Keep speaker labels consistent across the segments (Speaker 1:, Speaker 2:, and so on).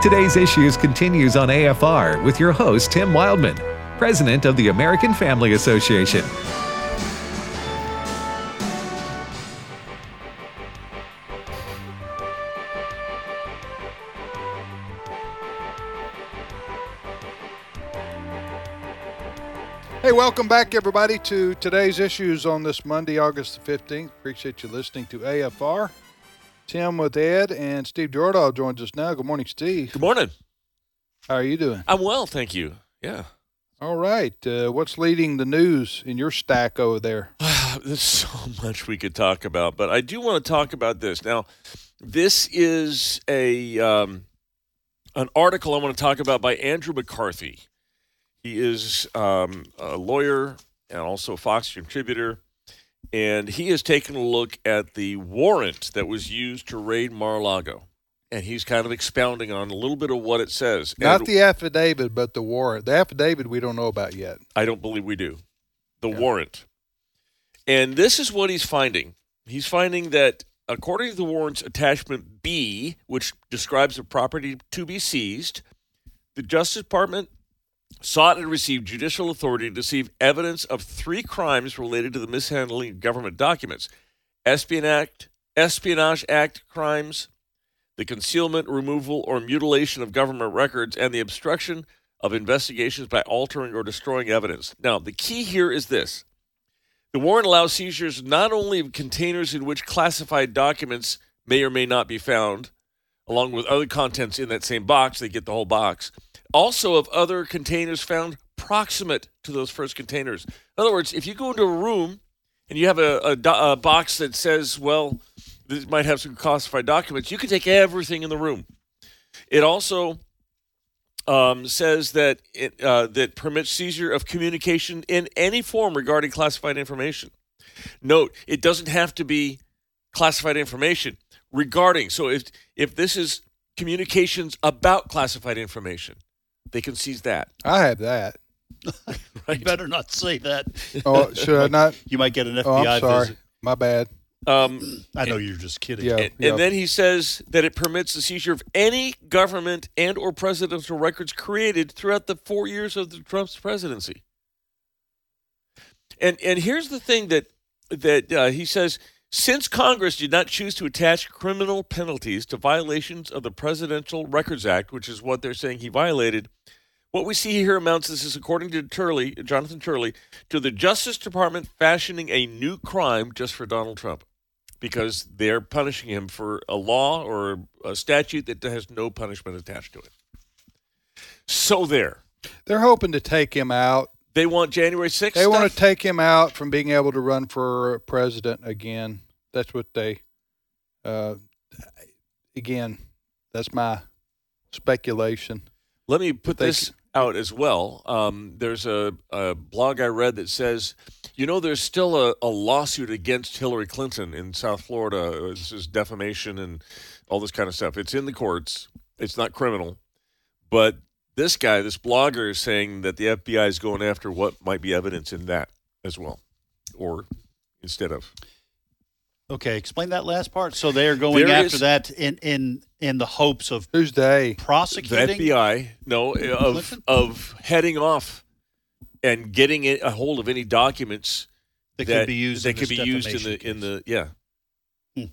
Speaker 1: Today's Issues continues on AFR with your host, Tim Wildman, President of the American Family Association.
Speaker 2: Hey, welcome back, everybody, to today's issues on this Monday, August the 15th. Appreciate you listening to AFR. Tim with Ed and Steve Jordahl joins us now. Good morning, Steve.
Speaker 3: Good morning.
Speaker 2: How are you doing?
Speaker 3: I'm well, thank you. Yeah.
Speaker 2: All right. Uh, what's leading the news in your stack over there?
Speaker 3: There's so much we could talk about, but I do want to talk about this. Now, this is a um, an article I want to talk about by Andrew McCarthy. He is um, a lawyer and also a Fox contributor, and he has taken a look at the warrant that was used to raid Mar-a-Lago, and he's kind of expounding on a little bit of what it says.
Speaker 2: Not
Speaker 3: And-
Speaker 2: the affidavit, but the warrant. The affidavit we don't know about yet.
Speaker 3: I don't believe we do. The warrant. And this is what he's finding. He's finding that according to the warrant's attachment B, which describes the property to be seized, the Justice Department sought and received judicial authority to seize evidence of three crimes related to the mishandling of government documents espionage act, espionage act crimes, the concealment, removal, or mutilation of government records, and the obstruction of investigations by altering or destroying evidence. Now, the key here is this the warrant allows seizures not only of containers in which classified documents may or may not be found, along with other contents in that same box, they get the whole box, also of other containers found proximate to those first containers. In other words, if you go into a room and you have a, a, do- a box that says, well, this might have some classified documents, you can take everything in the room. It also um, says that it uh, that permits seizure of communication in any form regarding classified information. Note, it doesn't have to be classified information regarding. So if if this is communications about classified information, they can seize that.
Speaker 2: I have that.
Speaker 3: Right.
Speaker 4: You better not say that.
Speaker 2: Oh, should I not?
Speaker 4: You might get an FBI
Speaker 2: Oh, I'm sorry.
Speaker 4: visit.
Speaker 2: My bad.
Speaker 3: Um,
Speaker 4: I know you're just kidding.
Speaker 2: Yeah.
Speaker 3: and, and then he says that it permits the seizure of any government and or presidential records created throughout the four years of the Trump's presidency. And and here's the thing that that uh, he says: since Congress did not choose to attach criminal penalties to violations of the Presidential Records Act, which is what they're saying he violated, what we see here amounts, this is according to Turley, Jonathan Turley, to the Justice Department fashioning a new crime just for Donald Trump because they're punishing him for a law or a statute that has no punishment attached to it. So there.
Speaker 2: They're hoping to take him out.
Speaker 3: They want January 6th.
Speaker 2: They want to
Speaker 3: stuff?
Speaker 2: take him out from being able to run for president again. That's what they. Uh, again, that's my speculation.
Speaker 3: Let me put
Speaker 2: Thank
Speaker 3: this out as well. Um, there's a, a blog I read that says, you know, there's still a, a lawsuit against Hillary Clinton in South Florida. Uh, This is defamation and all this kind of stuff. It's in the courts, it's not criminal. But this guy, this blogger, is saying that the FBI is going after what might be evidence in that as well, or instead of.
Speaker 4: Okay, explain that last part. So they are going
Speaker 3: There
Speaker 4: after
Speaker 3: is-
Speaker 4: that in in in the hopes of
Speaker 2: Who's they?
Speaker 3: The
Speaker 4: prosecuting.
Speaker 3: FBI, no, of
Speaker 4: Clinton?
Speaker 3: of heading off and getting it, a hold of any documents
Speaker 4: That could be used
Speaker 3: That
Speaker 4: in
Speaker 3: could be
Speaker 4: this
Speaker 3: used in the
Speaker 4: defamation
Speaker 3: in the yeah.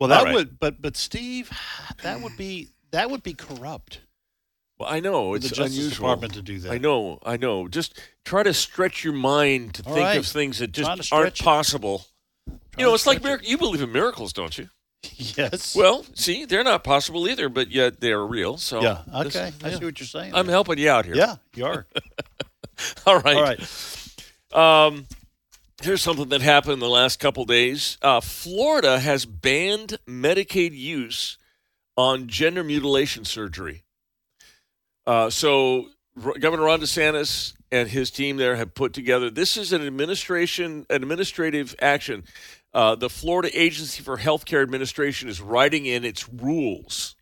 Speaker 4: Well, that
Speaker 3: All right.
Speaker 4: would, but but Steve, that would be that would be corrupt.
Speaker 3: Well, I know
Speaker 4: For the
Speaker 3: it's
Speaker 4: Justice
Speaker 3: unusual.
Speaker 4: Department to do that.
Speaker 3: I know, I know. Just try to stretch your mind to
Speaker 4: All
Speaker 3: think
Speaker 4: right.
Speaker 3: of things that
Speaker 4: Trying to
Speaker 3: just
Speaker 4: stretch
Speaker 3: aren't
Speaker 4: it.
Speaker 3: possible.
Speaker 4: Trying
Speaker 3: You know,
Speaker 4: to
Speaker 3: it's like
Speaker 4: stretch
Speaker 3: mirac- you believe in miracles, don't you?
Speaker 4: Yes.
Speaker 3: Well, see, they're not possible either, but yet they're real. So
Speaker 4: yeah.
Speaker 3: this-
Speaker 4: Okay. I
Speaker 3: yeah.
Speaker 4: see what you're saying.
Speaker 3: I'm
Speaker 4: there.
Speaker 3: helping you out here.
Speaker 4: Yeah, you are.
Speaker 3: All right.
Speaker 4: All right.
Speaker 3: Um, here's something that happened in the last couple days. Uh, Florida has banned Medicaid use on gender mutilation surgery. Uh, so R- Governor Ron DeSantis and his team there have put together. This is an administration administrative action. Uh, the Florida Agency for Healthcare Administration is writing in its rules.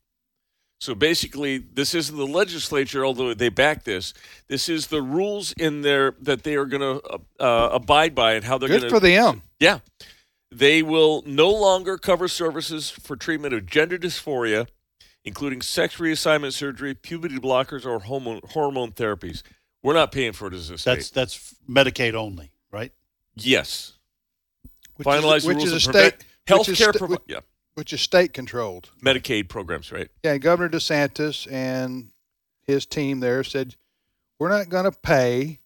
Speaker 3: So basically, this isn't the legislature, although they back this. This is the rules in there that they are going to uh, abide by and how they're
Speaker 2: Good
Speaker 3: going
Speaker 2: for them.
Speaker 3: yeah. They will no longer cover services for treatment of gender dysphoria, including sex reassignment surgery, puberty blockers, or hormone, hormone therapies. We're not paying for it as a state.
Speaker 4: That's that's Medicaid only, right?
Speaker 3: yes.
Speaker 2: Which
Speaker 3: Finalize
Speaker 2: is,
Speaker 3: the
Speaker 2: which
Speaker 3: rules
Speaker 2: is a
Speaker 3: and
Speaker 2: state which
Speaker 3: prevent
Speaker 2: is
Speaker 3: healthcare
Speaker 2: sta-
Speaker 3: provi-
Speaker 2: which-
Speaker 3: yeah,
Speaker 2: which is state controlled.
Speaker 3: Medicaid programs, right?
Speaker 2: Yeah, and Governor DeSantis and his team there said, "We're not going to pay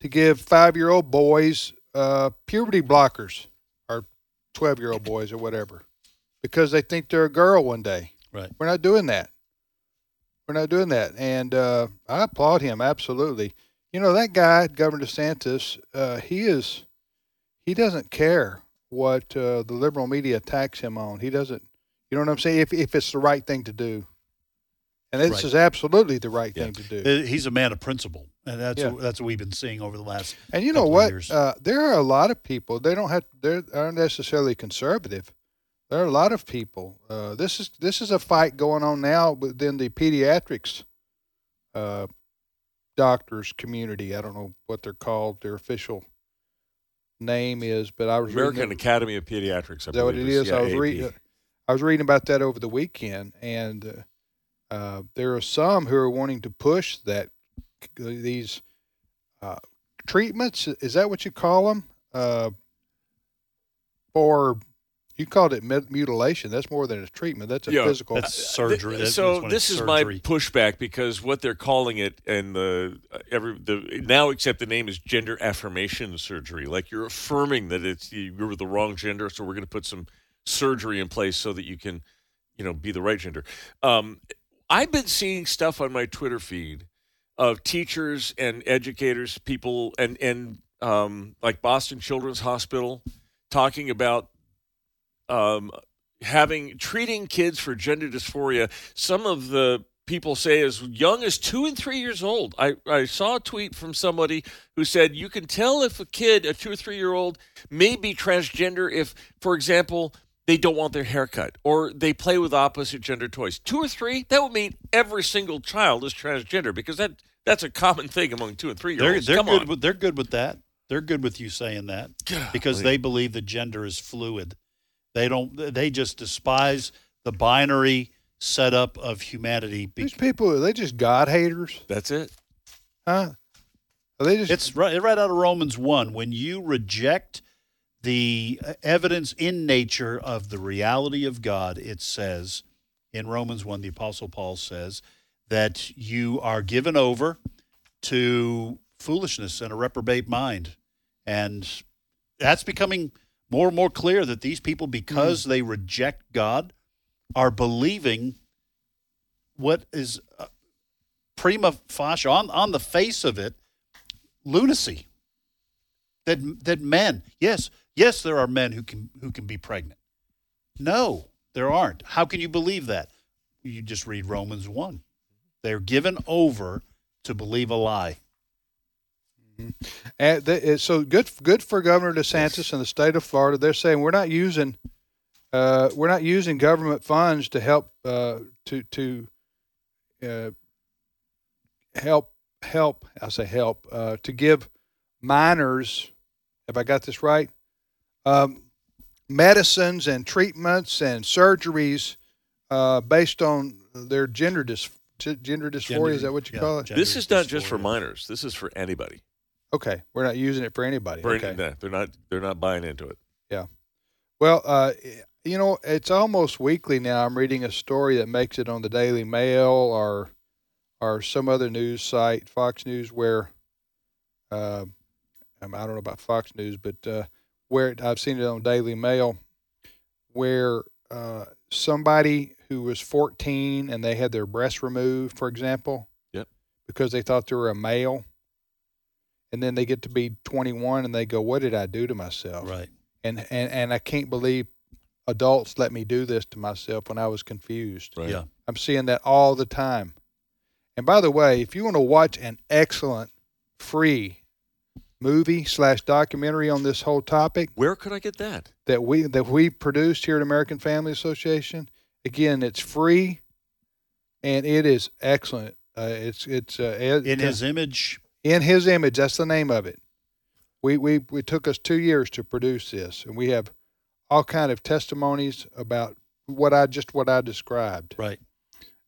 Speaker 2: to give five-year-old boys uh, puberty blockers or twelve-year-old boys or whatever because they think they're a girl one day."
Speaker 4: Right.
Speaker 2: We're not doing that. We're not doing that. And uh, I applaud him absolutely. You know that guy, Governor DeSantis, uh, he is he doesn't care what uh, the liberal media attacks him on. He doesn't. You know what I'm saying? If if it's the right thing to do, and this
Speaker 4: Right.
Speaker 2: is absolutely the right
Speaker 4: Yeah.
Speaker 2: thing to do.
Speaker 4: Uh, He's a man of principle, and that's
Speaker 2: Yeah.
Speaker 4: that's what we've been seeing over the last.
Speaker 2: And you know
Speaker 4: couple of
Speaker 2: what?
Speaker 4: years.
Speaker 2: Uh, there are a lot of people. They don't have. They aren't necessarily conservative. There are a lot of people. Uh, this is this is a fight going on now within the pediatrics uh, doctors community. I don't know what they're called. Their official name is, but I was
Speaker 3: American
Speaker 2: reading,
Speaker 3: Academy of Pediatrics. I
Speaker 2: Is that what
Speaker 3: believe
Speaker 2: it is?
Speaker 3: Yeah,
Speaker 2: I was
Speaker 3: AAP.
Speaker 2: reading. I was reading about that over the weekend, and uh, uh, there are some who are wanting to push that these uh, treatments. Is that what you call them? Uh, for you called it mut- mutilation. That's more than a treatment. That's a
Speaker 3: Yeah,
Speaker 2: physical.
Speaker 4: That's
Speaker 3: Uh, th-
Speaker 4: surgery. That's-
Speaker 3: so
Speaker 4: that's when it's
Speaker 3: this is my
Speaker 4: surgery.
Speaker 3: pushback because what they're calling it and the uh, every the now except the name is gender affirmation surgery. Like you're affirming that it's you're the wrong gender, so we're going to put some surgery in place so that you can, you know, be the right gender. Um, I've been seeing stuff on my Twitter feed of teachers and educators, people, and and um, like Boston Children's Hospital talking about um, having treating kids for gender dysphoria. Some of the people say as young as two and three years old. I, I saw a tweet from somebody who said you can tell if a kid, a two or three year old, may be transgender if, for example, they don't want their haircut or they play with opposite gender toys. Two or three, that would mean every single child is transgender because that that's a common thing among two and three year
Speaker 4: They're
Speaker 3: olds.
Speaker 4: they're
Speaker 3: Come
Speaker 4: good.
Speaker 3: on.
Speaker 4: With, they're good with that. They're good with you saying that because they believe that gender is fluid. They don't. They just despise the binary setup of humanity. Be-
Speaker 2: these people are they just God haters,
Speaker 3: that's it.
Speaker 2: huh? Are they just
Speaker 4: It's right, right out of Romans 1. When you reject the uh, evidence in nature of the reality of God, it says in Romans 1, the Apostle Paul says that you are given over to foolishness and a reprobate mind. And that's becoming more and more clear that these people, because they reject God, are believing what is uh, prima facie on, on the face of it lunacy that that men yes yes there are men who can who can be pregnant no there aren't how can you believe that you just read romans 1 they're given over to believe a lie
Speaker 2: And the, it- so good, good for Governor DeSantis and the state of Florida. They're saying we're not using, uh, we're not using government funds to help uh, to to uh, help help. I say help uh, to give minors. Have I got this right? Um, medicines and treatments and surgeries uh, based on their gender dis- gender dysphoria. is that what you
Speaker 4: yeah,
Speaker 2: call it?
Speaker 4: gender
Speaker 3: This is not just for
Speaker 4: dysphoria.
Speaker 3: minors. This is for anybody.
Speaker 2: Okay, we're not using it for anybody.
Speaker 3: For
Speaker 2: okay.
Speaker 3: any- no, they're not they're not buying into it.
Speaker 2: Well, uh, you know, it's almost weekly now. I'm reading a story that makes it on the Daily Mail or or some other news site, Fox News, where uh, I don't know about Fox News, but uh, where it, I've seen it on Daily Mail, where uh, somebody who was 14 and they had their breast removed, for example,
Speaker 3: Yep.
Speaker 2: because they thought they were a male, and then they get to be 21 and they go, "What did I do to myself?"
Speaker 4: right
Speaker 2: and and and I can't believe adults let me do this to myself when I was confused.
Speaker 3: Right.
Speaker 4: yeah
Speaker 2: I'm seeing that all the time. And by the way, if you want to watch an excellent free movie slash documentary on this whole topic
Speaker 3: Where could I get that?
Speaker 2: that we that we produced here at American Family Association, again, it's free, and it is excellent. Uh, it's it's uh, Ed-
Speaker 4: in his image
Speaker 2: in his image. That's the name of it. We we we took us two years to produce this, and we have all kind of testimonies about what I just what I described.
Speaker 4: right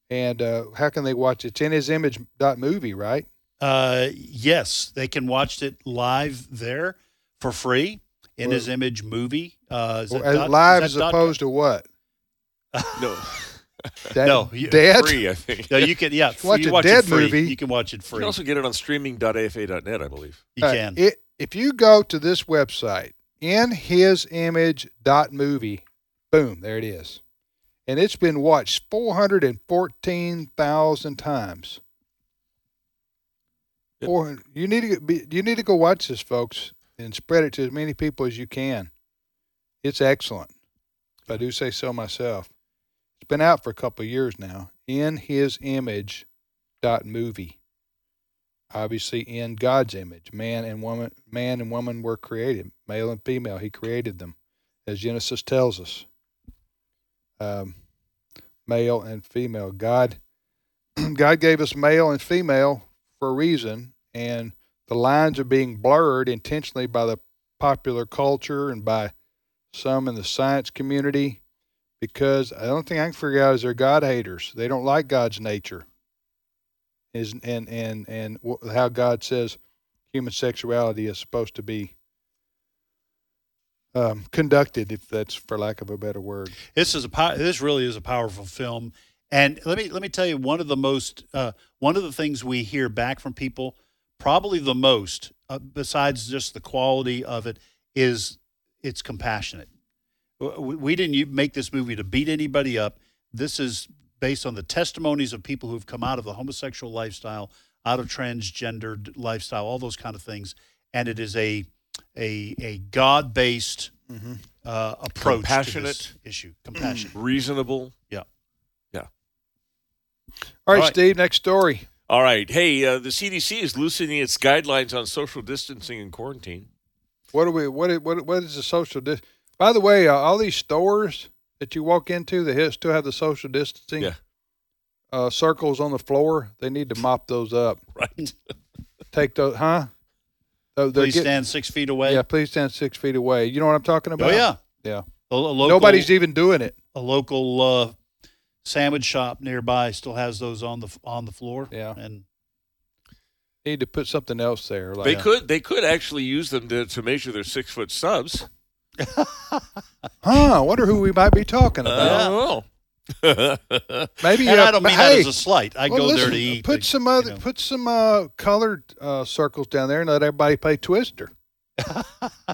Speaker 2: And uh, how can they watch it? It's in his image dot movie, right?
Speaker 4: Uh, yes, they can watch it live there for free in
Speaker 2: Well-
Speaker 4: his image movie. Uh, is
Speaker 2: Or,
Speaker 4: that
Speaker 2: uh,
Speaker 4: dot-
Speaker 2: live
Speaker 4: is
Speaker 2: as
Speaker 4: that dot-
Speaker 2: opposed to what?
Speaker 3: No,
Speaker 2: That,
Speaker 4: No, you-
Speaker 2: dead.
Speaker 3: free, I think.
Speaker 4: No, you can yeah.
Speaker 2: Watch
Speaker 4: you
Speaker 2: a dead
Speaker 4: it free.
Speaker 2: movie.
Speaker 4: You can watch it
Speaker 3: You
Speaker 4: free.
Speaker 3: can also get it on streaming.afa.net, I believe.
Speaker 4: you
Speaker 2: Uh,
Speaker 4: can.
Speaker 2: it- if you go to this website, in his image dot movie, boom, there it is. And it's been watched 414,000 times.
Speaker 3: Yep.
Speaker 2: Four, you need to be, you need to go watch this, folks, and spread it to as many people as you can. It's excellent. If I do say so myself. It's been out for a couple of years now. In His Image dot movie. Obviously, in God's image, man and woman, man and woman were created, male and female. He created them, as Genesis tells us. Um, male and female. God, God gave us male and female for a reason, and the lines are being blurred intentionally by the popular culture and by some in the science community because the only thing I can figure out is they're God haters. They don't like God's nature, is and and and wh- how God says human sexuality is supposed to be um, conducted, if that's for lack of a better word.
Speaker 4: this is a pow- this really is a powerful film and let me let me tell you one of the most uh, one of the things we hear back from people probably the most uh, besides just the quality of it is it's compassionate W- w- we didn't u- make this movie to beat anybody up this is based on the testimonies of people who've come out of the homosexual lifestyle out of transgendered lifestyle all those kind of things and it is a a a god-based
Speaker 2: Mm-hmm.
Speaker 4: uh, approach to
Speaker 3: Compassionate.
Speaker 4: this issue.
Speaker 2: Mm.
Speaker 4: Compassion.
Speaker 3: Reasonable.
Speaker 2: All right,
Speaker 4: All right.
Speaker 2: Steve. Next story.
Speaker 3: All right. Hey, uh, the CDC is loosening its guidelines on social distancing and quarantine.
Speaker 2: What are we? What? i- What? What is the social? Dis- By the way, uh, all these stores that you walk into that ha- still have the social distancing
Speaker 3: Yeah.
Speaker 2: uh, circles on the floor, they need to mop those up.
Speaker 3: Right.
Speaker 2: Take those, huh? Though they're
Speaker 4: Please
Speaker 2: get-
Speaker 4: stand six feet away.
Speaker 2: Yeah, please stand six feet away. You know what I'm talking
Speaker 4: Oh
Speaker 2: about?
Speaker 4: yeah,
Speaker 2: yeah.
Speaker 4: a, a local,
Speaker 2: Nobody's even doing it.
Speaker 4: a local uh, sandwich shop nearby still has those on the f- on the floor.
Speaker 2: Yeah.
Speaker 4: and
Speaker 2: Need to put something else there. Like,
Speaker 3: They could they could actually use them to, to measure their six foot subs.
Speaker 2: huh? I wonder who we might be talking about.
Speaker 3: I don't know.
Speaker 2: Maybe.
Speaker 4: Uh, and
Speaker 2: uh,
Speaker 4: I don't mean
Speaker 2: hey,
Speaker 4: that as a slight. I
Speaker 2: well,
Speaker 4: go
Speaker 2: listen,
Speaker 4: there to eat.
Speaker 2: Put
Speaker 4: but,
Speaker 2: some
Speaker 4: you
Speaker 2: other,
Speaker 4: know.
Speaker 2: put some uh, colored uh, circles down there and let everybody play Twister.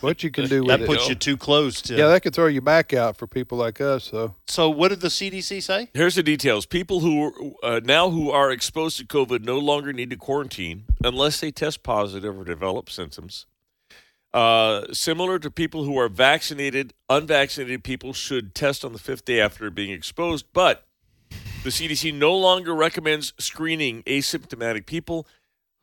Speaker 2: what you can do with
Speaker 4: that
Speaker 2: it?
Speaker 4: puts you too close to.
Speaker 2: yeah, that could throw you back out for people like us. So
Speaker 4: so what did the CDC say?
Speaker 3: Here's the details. People who uh, now who are exposed to COVID no longer need to quarantine unless they test positive or develop symptoms. Uh, similar to people who are vaccinated, unvaccinated people should test on the fifth day after being exposed. But the CDC no longer recommends screening asymptomatic people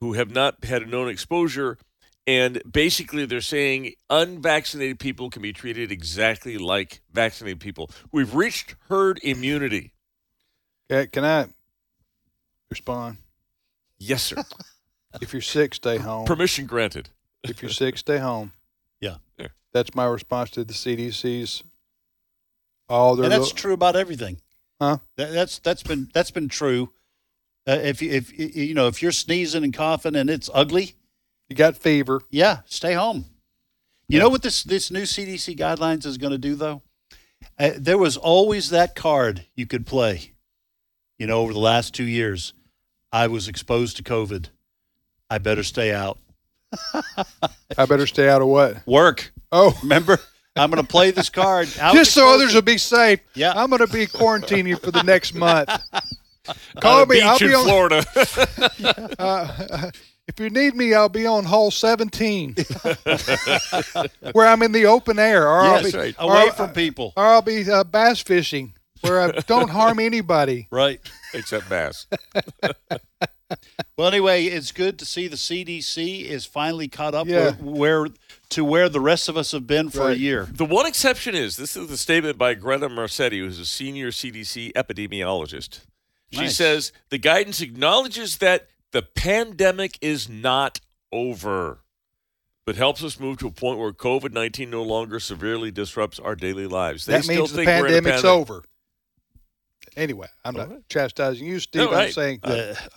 Speaker 3: who have not had a known exposure. And basically, they're saying unvaccinated people can be treated exactly like vaccinated people. We've reached herd immunity.
Speaker 2: okay, can I respond?
Speaker 3: Yes, sir.
Speaker 2: If you're sick, stay home.
Speaker 3: Permission granted.
Speaker 2: if you're sick, stay home.
Speaker 4: Yeah.
Speaker 3: Yeah.
Speaker 2: That's my response to the CDC's. All their
Speaker 4: And that's
Speaker 2: little-
Speaker 4: true about everything.
Speaker 2: Huh?
Speaker 4: That, that's that's been that's been true. Uh, if you- if you know if you're sneezing and coughing and it's ugly,
Speaker 2: you got fever.
Speaker 4: Yeah, stay home. You know what this this new CDC guidelines is going to do though? Uh, there was always that card you could play. You know, over the last two years, I was exposed to COVID. I better stay out.
Speaker 2: I better stay out of what?
Speaker 4: Work.
Speaker 2: Oh,
Speaker 4: Remember, I'm going to play this card. I was
Speaker 2: just so
Speaker 4: exposed
Speaker 2: others will be safe.
Speaker 4: Yeah.
Speaker 2: I'm going to be quarantining for the next month. Call
Speaker 3: On a
Speaker 2: me.
Speaker 3: Beach
Speaker 2: Oh, I'll
Speaker 3: in
Speaker 2: be on.
Speaker 3: Florida.
Speaker 2: Uh, if you need me, I'll be on hall 17, where I'm in the open air, or
Speaker 4: to-
Speaker 2: I'll be
Speaker 4: Yes,
Speaker 2: or
Speaker 4: away
Speaker 2: I'll-
Speaker 4: from people.
Speaker 2: or I'll be uh, bass fishing, where I don't harm anybody.
Speaker 4: Right.
Speaker 3: Except Bass.
Speaker 4: Well, anyway, it's good to see the CDC is finally caught up
Speaker 2: Yeah.
Speaker 4: with where to where the rest of us have been for
Speaker 2: Right.
Speaker 4: a year.
Speaker 3: The one exception is this is the statement by Greta Mercetti, who's a senior CDC epidemiologist. She
Speaker 4: Nice.
Speaker 3: says the guidance acknowledges that the pandemic is not over, but helps us move to a point where COVID 19 no longer severely disrupts our daily lives. They
Speaker 2: that
Speaker 3: still
Speaker 2: means the
Speaker 3: think we're in a
Speaker 2: pandemic's
Speaker 3: pandemic.
Speaker 2: over. Anyway, I'm not
Speaker 3: All right.
Speaker 2: chastising you, Steve.
Speaker 3: No,
Speaker 2: I'm
Speaker 3: right.
Speaker 2: saying that
Speaker 4: Uh,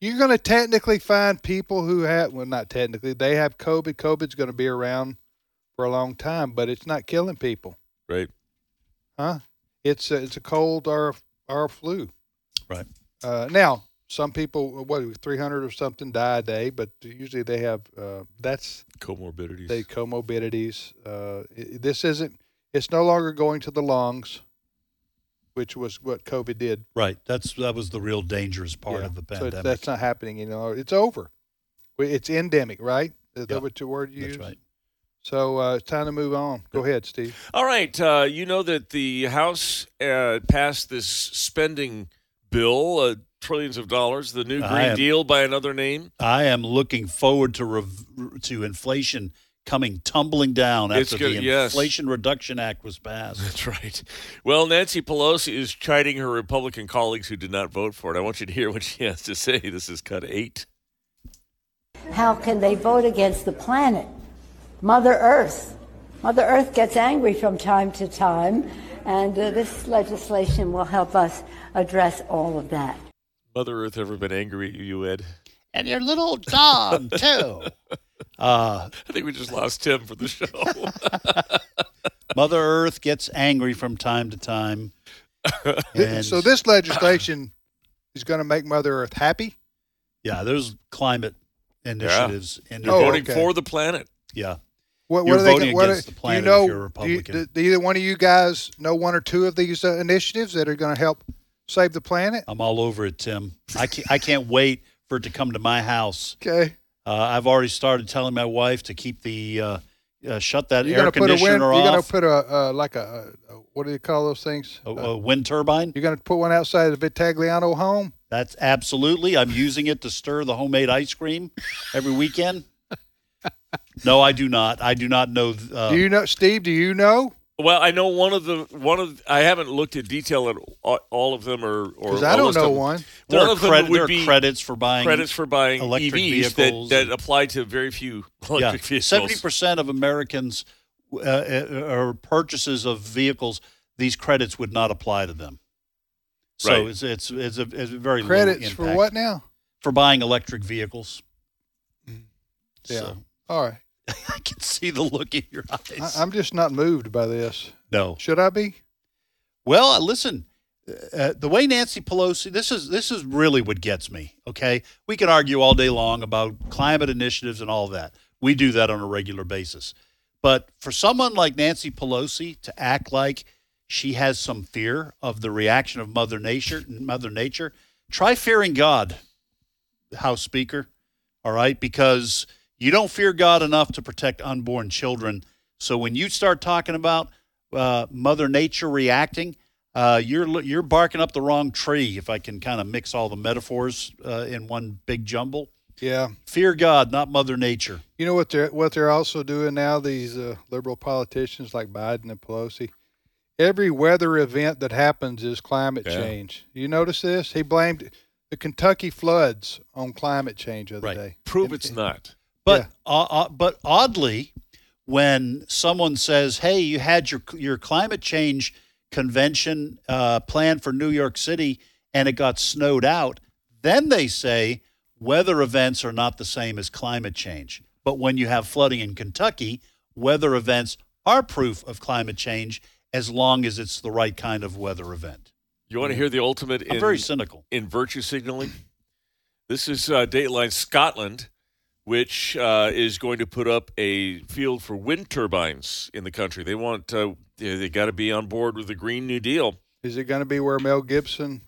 Speaker 2: you're going to technically find people who have, well, not technically, they have COVID. COVID's going to be around for a long time, but it's not killing people,
Speaker 3: right?
Speaker 2: huh? It's a, it's a cold or a, or a flu.
Speaker 4: Right.
Speaker 2: Uh, now, some people, what, 300 or something die a day, but usually they have, uh, that's,
Speaker 3: Comorbidities.
Speaker 2: the comorbidities. Uh, i- this isn't. It's no longer going to the lungs, which was what COVID did.
Speaker 4: right. That's that was the real dangerous part
Speaker 2: Yeah.
Speaker 4: of the
Speaker 2: So it's-
Speaker 4: pandemic.
Speaker 2: that's not happening anymore. It's over. We- It's endemic, right? Is
Speaker 4: Yeah.
Speaker 2: that what the word you
Speaker 4: That's
Speaker 2: used?
Speaker 4: right.
Speaker 2: So uh, it's time to move on. Go ahead, Steve.
Speaker 3: All right. Uh, you know that the House uh, passed this spending bill, uh, trillions of dollars, the new
Speaker 4: I
Speaker 3: Green
Speaker 4: am-
Speaker 3: Deal by another name.
Speaker 4: I am looking forward to rev- to inflation coming tumbling down
Speaker 3: It's
Speaker 4: after
Speaker 3: gonna-
Speaker 4: the
Speaker 3: yes.
Speaker 4: Inflation Reduction Act was passed.
Speaker 3: That's right. Well, Nancy Pelosi is chiding her Republican colleagues who did not vote for it. I want you to hear what she has to say. This is cut eight.
Speaker 5: How can they vote against the planet? Mother Earth. Mother Earth gets angry from time to time, and uh, this legislation will help us address all of that.
Speaker 3: Mother Earth ever been angry at you, Ed?
Speaker 4: and your little Tom too. Uh,
Speaker 3: I think we just lost Tim for the show.
Speaker 4: Mother Earth gets angry from time to time. And
Speaker 2: so this legislation is going to make Mother Earth happy.
Speaker 4: yeah, there's climate initiatives in
Speaker 3: You're
Speaker 2: Oh,
Speaker 3: voting
Speaker 2: okay.
Speaker 3: for the planet.
Speaker 4: Yeah,
Speaker 2: What,
Speaker 4: You're
Speaker 2: what are they?
Speaker 4: voting
Speaker 2: gonna- what
Speaker 4: against
Speaker 2: are-
Speaker 4: the
Speaker 2: do
Speaker 4: planet
Speaker 2: you know,
Speaker 4: if you're a
Speaker 2: do you-
Speaker 4: Republican.
Speaker 2: do either one of you guys know one or two of these uh, initiatives that are going to help save the planet?
Speaker 4: I'm all over it, Tim. I can't, I can't wait for it to come to my house.
Speaker 2: Okay.
Speaker 4: Uh, I've already started telling my wife to keep the uh, uh, shut that
Speaker 2: You're
Speaker 4: air
Speaker 2: gonna put a
Speaker 4: conditioner
Speaker 2: wind.
Speaker 4: off.
Speaker 2: You're gonna put a uh, like a, uh what do you call those things?
Speaker 4: a,
Speaker 2: Uh,
Speaker 4: a wind turbine.
Speaker 2: you're gonna put one outside of the Vitagliano home.
Speaker 4: That's absolutely. I'm using it to stir the homemade ice cream every weekend. No, I do not. I do not know. th- Uh,
Speaker 2: do you know, Steve? Do you know?
Speaker 3: Well, I know one of the one of I haven't looked at detail at all- all of them or or
Speaker 2: Because I
Speaker 3: a
Speaker 2: don't
Speaker 3: list of
Speaker 2: know
Speaker 3: them.
Speaker 2: one.
Speaker 4: there
Speaker 3: One
Speaker 4: are,
Speaker 3: of them
Speaker 4: credit,
Speaker 3: would
Speaker 4: there are
Speaker 3: be
Speaker 4: credits for buying
Speaker 3: credits for buying
Speaker 4: electric
Speaker 3: EVs that,
Speaker 4: vehicles
Speaker 3: that
Speaker 4: and-
Speaker 3: apply to very few electric vehicles.
Speaker 4: Seventy percent of Americans uh, uh, or purchases of vehicles, these credits would not apply to them. So
Speaker 3: Right.
Speaker 4: it's it's it's a, it's a very little
Speaker 2: Credits for
Speaker 4: impact.
Speaker 2: what now?
Speaker 4: for buying electric vehicles.
Speaker 2: Mm-hmm. Yeah.
Speaker 4: So
Speaker 2: All right.
Speaker 4: I can see the look in your
Speaker 2: I,
Speaker 4: eyes.
Speaker 2: I'm just not moved by this.
Speaker 4: no,
Speaker 2: Should I be?
Speaker 4: Well, uh, listen, uh, the way Nancy Pelosi, this is this is really what gets me. Okay, we can argue all day long about climate initiatives and all that. We do that on a regular basis, but for someone like Nancy Pelosi to act like she has some fear of the reaction of Mother Nature, Mother Nature, try fearing God, House Speaker. All right, because you don't fear God enough to protect unborn children. So when you start talking about uh, Mother Nature reacting, uh, you're l- you're barking up the wrong tree. If I can kind of mix all the metaphors uh, in one big jumble,
Speaker 2: Yeah.
Speaker 4: fear God, not Mother Nature.
Speaker 2: You know what they're what they're also doing now? These uh, liberal politicians like Biden and Pelosi. Every weather event that happens is climate
Speaker 3: Yeah.
Speaker 2: change. You notice this? He blamed the Kentucky floods on climate change the other
Speaker 4: Right.
Speaker 2: day.
Speaker 3: Prove
Speaker 2: And-
Speaker 3: it's not.
Speaker 4: But
Speaker 2: Yeah.
Speaker 4: uh, uh, but oddly, when someone says, "Hey, you had your your climate change convention uh, planned for New York City and it got snowed out," then they say weather events are not the same as climate change. But when you have flooding in Kentucky, weather events are proof of climate change as long as it's the right kind of weather event.
Speaker 3: You want to hear the ultimate
Speaker 4: I'm
Speaker 3: in,
Speaker 4: very cynical.
Speaker 3: in virtue signaling? This is uh, Dateline Scotland, which uh, is going to put up a field for wind turbines in the country. They want uh, they, they got to be on board with the Green New Deal.
Speaker 2: Is it going to be where Mel Gibson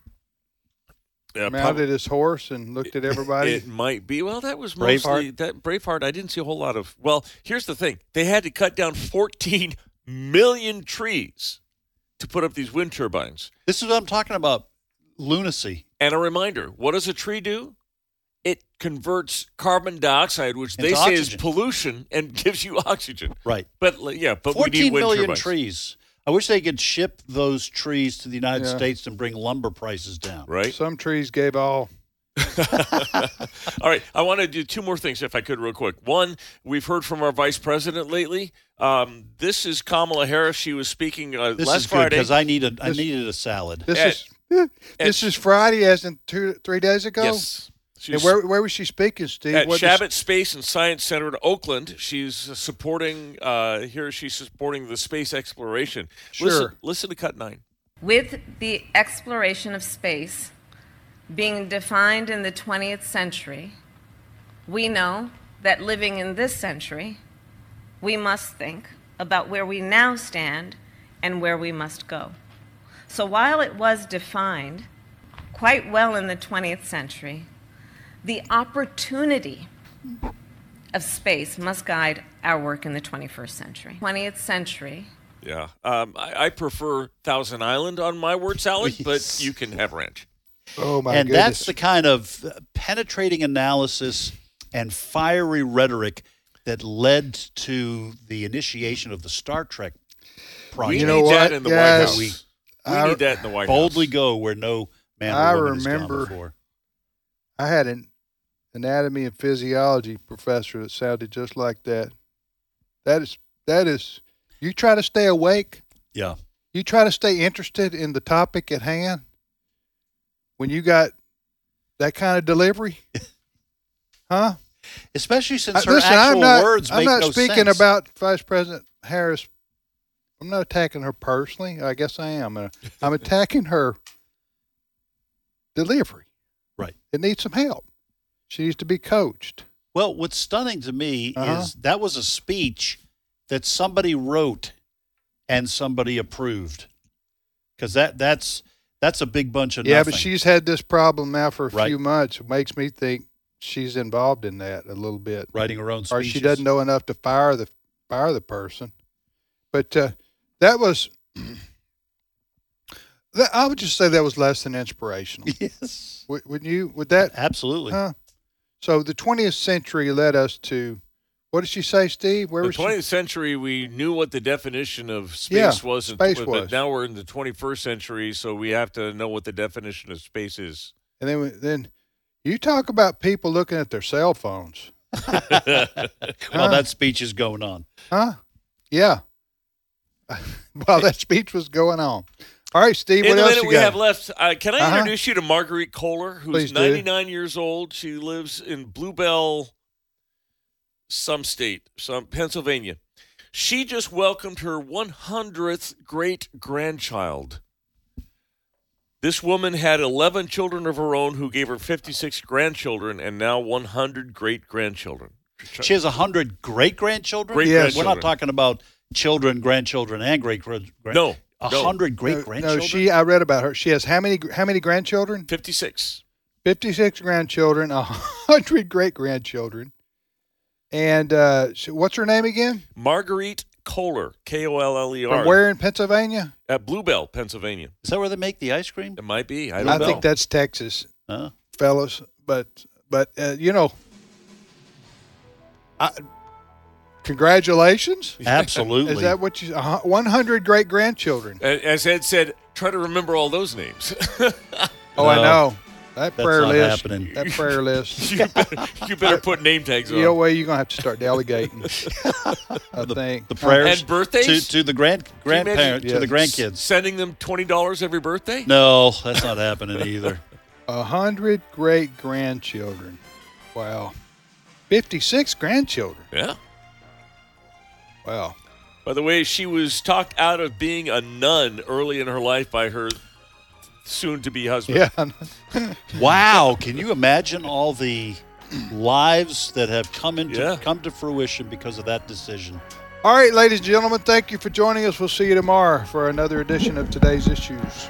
Speaker 3: Uh, prob-
Speaker 2: mounted his horse and looked at everybody?
Speaker 3: It might be. Well, that was
Speaker 4: Braveheart?
Speaker 3: mostly that Braveheart. I didn't see a whole lot of. Well, here's the thing: they had to cut down 14 million trees to put up these wind turbines.
Speaker 4: This is what I'm talking about lunacy.
Speaker 3: And a reminder: what does a tree do? It converts carbon dioxide, which they
Speaker 4: Into
Speaker 3: say is
Speaker 4: oxygen.
Speaker 3: pollution, and gives you oxygen.
Speaker 4: Right.
Speaker 3: But like, yeah, but we need
Speaker 4: Fourteen million
Speaker 3: wind turbines.
Speaker 4: trees. I wish they could ship those trees to the United
Speaker 2: Yeah.
Speaker 4: States and bring lumber prices down.
Speaker 3: Right.
Speaker 2: Some trees gave all.
Speaker 3: All right. I want to do two more things, if I could, real quick. One, we've heard from our vice president lately. Um, this is Kamala Harris. She was speaking uh,
Speaker 4: This
Speaker 3: last
Speaker 4: is good
Speaker 3: Friday.
Speaker 4: because I needed I
Speaker 2: This-
Speaker 4: needed a salad.
Speaker 2: This
Speaker 3: Yeah.
Speaker 2: is this is Friday, as in two, three days ago.
Speaker 3: Yes.
Speaker 2: And
Speaker 3: She's
Speaker 2: where, where was she speaking, Steve?
Speaker 3: at
Speaker 2: What
Speaker 3: Shabbat Space and Science Center in Oakland. She's supporting, uh, here she's supporting the space exploration. Listen,
Speaker 2: Sure.
Speaker 3: listen to Cut 9.
Speaker 6: With the exploration of space being defined in the 20th century, we know that living in this century, we must think about where we now stand and where we must go. So while it was defined quite well in the 20th century, the opportunity of space must guide our work in the 21st century. 20th century,
Speaker 3: Yeah. Um, I, I prefer Thousand Island on my word salad, but you can have ranch.
Speaker 2: dis- oh my
Speaker 4: and
Speaker 2: goodness!
Speaker 4: that's the kind of uh, penetrating analysis and fiery rhetoric that led to the initiation of the Star Trek project.
Speaker 3: We
Speaker 2: You know
Speaker 3: need
Speaker 2: what?
Speaker 3: that in the
Speaker 2: Yes.
Speaker 3: White House. We
Speaker 2: I-
Speaker 3: need that in the White
Speaker 4: boldly
Speaker 3: House.
Speaker 4: go where no man or
Speaker 2: I
Speaker 4: woman has gone
Speaker 2: remember-
Speaker 4: before.
Speaker 2: I had an anatomy and physiology professor that sounded just like that. That is that is. You try to stay awake.
Speaker 4: Yeah,
Speaker 2: You try to stay interested in the topic at hand. When you got that kind of delivery, huh?
Speaker 4: especially since
Speaker 2: I-
Speaker 4: her actual
Speaker 2: I'm not,
Speaker 4: words
Speaker 2: I'm
Speaker 4: make
Speaker 2: not
Speaker 4: no
Speaker 2: speaking
Speaker 4: sense.
Speaker 2: about Vice President Harris. I'm not attacking her personally. I guess I am. Uh, I'm attacking her delivery.
Speaker 4: right.
Speaker 2: It needs some help. She needs to be coached.
Speaker 4: Well, what's stunning to me
Speaker 2: Uh-huh.
Speaker 4: is that was a speech that somebody wrote and somebody approved. Because that that's that's a big bunch of
Speaker 2: yeah,
Speaker 4: nothing.
Speaker 2: but she's had this problem now for a
Speaker 4: Right.
Speaker 2: few months. It makes me think she's involved in that a little bit,
Speaker 4: writing her own
Speaker 2: or
Speaker 4: speeches.
Speaker 2: she doesn't know enough to fire the fire the person. But uh, that was. That, I would just say that was less than inspirational.
Speaker 4: Yes,
Speaker 2: Would, would you? Would that?
Speaker 4: absolutely.
Speaker 2: Huh. So the 20th century led us to what did she say, Steve? Where
Speaker 3: the
Speaker 2: was
Speaker 3: 20th
Speaker 2: she?
Speaker 3: century, we knew what the definition of space
Speaker 2: Yeah,
Speaker 3: was, and
Speaker 2: space
Speaker 3: but
Speaker 2: was.
Speaker 3: now we're in the 21st century, so we have to know what the definition of space is.
Speaker 2: And then we- then you talk about people looking at their cell phones,
Speaker 4: While that speech is going on,
Speaker 2: huh? Yeah. While that speech was going on. All right, Steve.
Speaker 3: In
Speaker 2: what
Speaker 3: the
Speaker 2: else
Speaker 3: minute
Speaker 2: you
Speaker 3: we
Speaker 2: got?
Speaker 3: have left, uh, can I
Speaker 2: Uh-huh.
Speaker 3: introduce you to Marguerite Kohler, who's
Speaker 2: Please do.
Speaker 3: 99 years old? She lives in Bluebell, some state, some Pennsylvania. She just welcomed her 100th great grandchild. This woman had 11 children of her own, who gave her 56 grandchildren and now 100 great grandchildren.
Speaker 4: she has hundred great grandchildren.
Speaker 3: Great
Speaker 2: Yes.
Speaker 4: We're
Speaker 3: grandchildren.
Speaker 4: not talking about children, grandchildren, and great grand.
Speaker 3: No, uh, no.
Speaker 4: hundred great
Speaker 2: No,
Speaker 4: grandchildren.
Speaker 2: No, she. I read about her. She has how many? How many grandchildren?
Speaker 3: 56.
Speaker 2: 56 grandchildren, a hundred great grandchildren, and uh, she- what's her name again?
Speaker 3: Marguerite Kohler, K O L L E
Speaker 2: From
Speaker 3: R,
Speaker 2: where in Pennsylvania?
Speaker 3: at Bluebell, Pennsylvania.
Speaker 4: is that where they make the ice cream?
Speaker 3: It might be. I
Speaker 2: I,
Speaker 3: don't know.
Speaker 2: think that's Texas.
Speaker 4: Huh?
Speaker 2: fellas. But but uh, you know, I, congratulations.
Speaker 4: Absolutely.
Speaker 2: Is that what you? uh, One hundred great grandchildren.
Speaker 3: A- As Ed said, try to remember all those names.
Speaker 2: Oh, I
Speaker 4: No.
Speaker 2: know that
Speaker 4: That's
Speaker 2: prayer
Speaker 4: not
Speaker 2: list.
Speaker 4: happening.
Speaker 2: That prayer list.
Speaker 3: you, better, you better put name tags
Speaker 2: You know,
Speaker 3: on.
Speaker 2: way you're gonna have to start delegating. I think
Speaker 4: the prayers
Speaker 3: And birthdays?
Speaker 4: to to the grand
Speaker 3: you imagine-
Speaker 4: grandparents to the
Speaker 2: Yeah.
Speaker 4: grandkids?
Speaker 3: Sending them twenty dollars every birthday.
Speaker 4: No, that's not happening either.
Speaker 2: a hundred great grandchildren. Wow, fifty-six grandchildren.
Speaker 3: Yeah.
Speaker 2: Wow.
Speaker 3: By the way, she was talked out of being a nun early in her life by her soon-to-be husband.
Speaker 2: Yeah.
Speaker 4: Wow, can you imagine all the lives that have come into
Speaker 3: Yeah.
Speaker 4: come to fruition because of that decision?
Speaker 2: All right, ladies and gentlemen, thank you for joining us. We'll see you tomorrow for another edition of today's issues.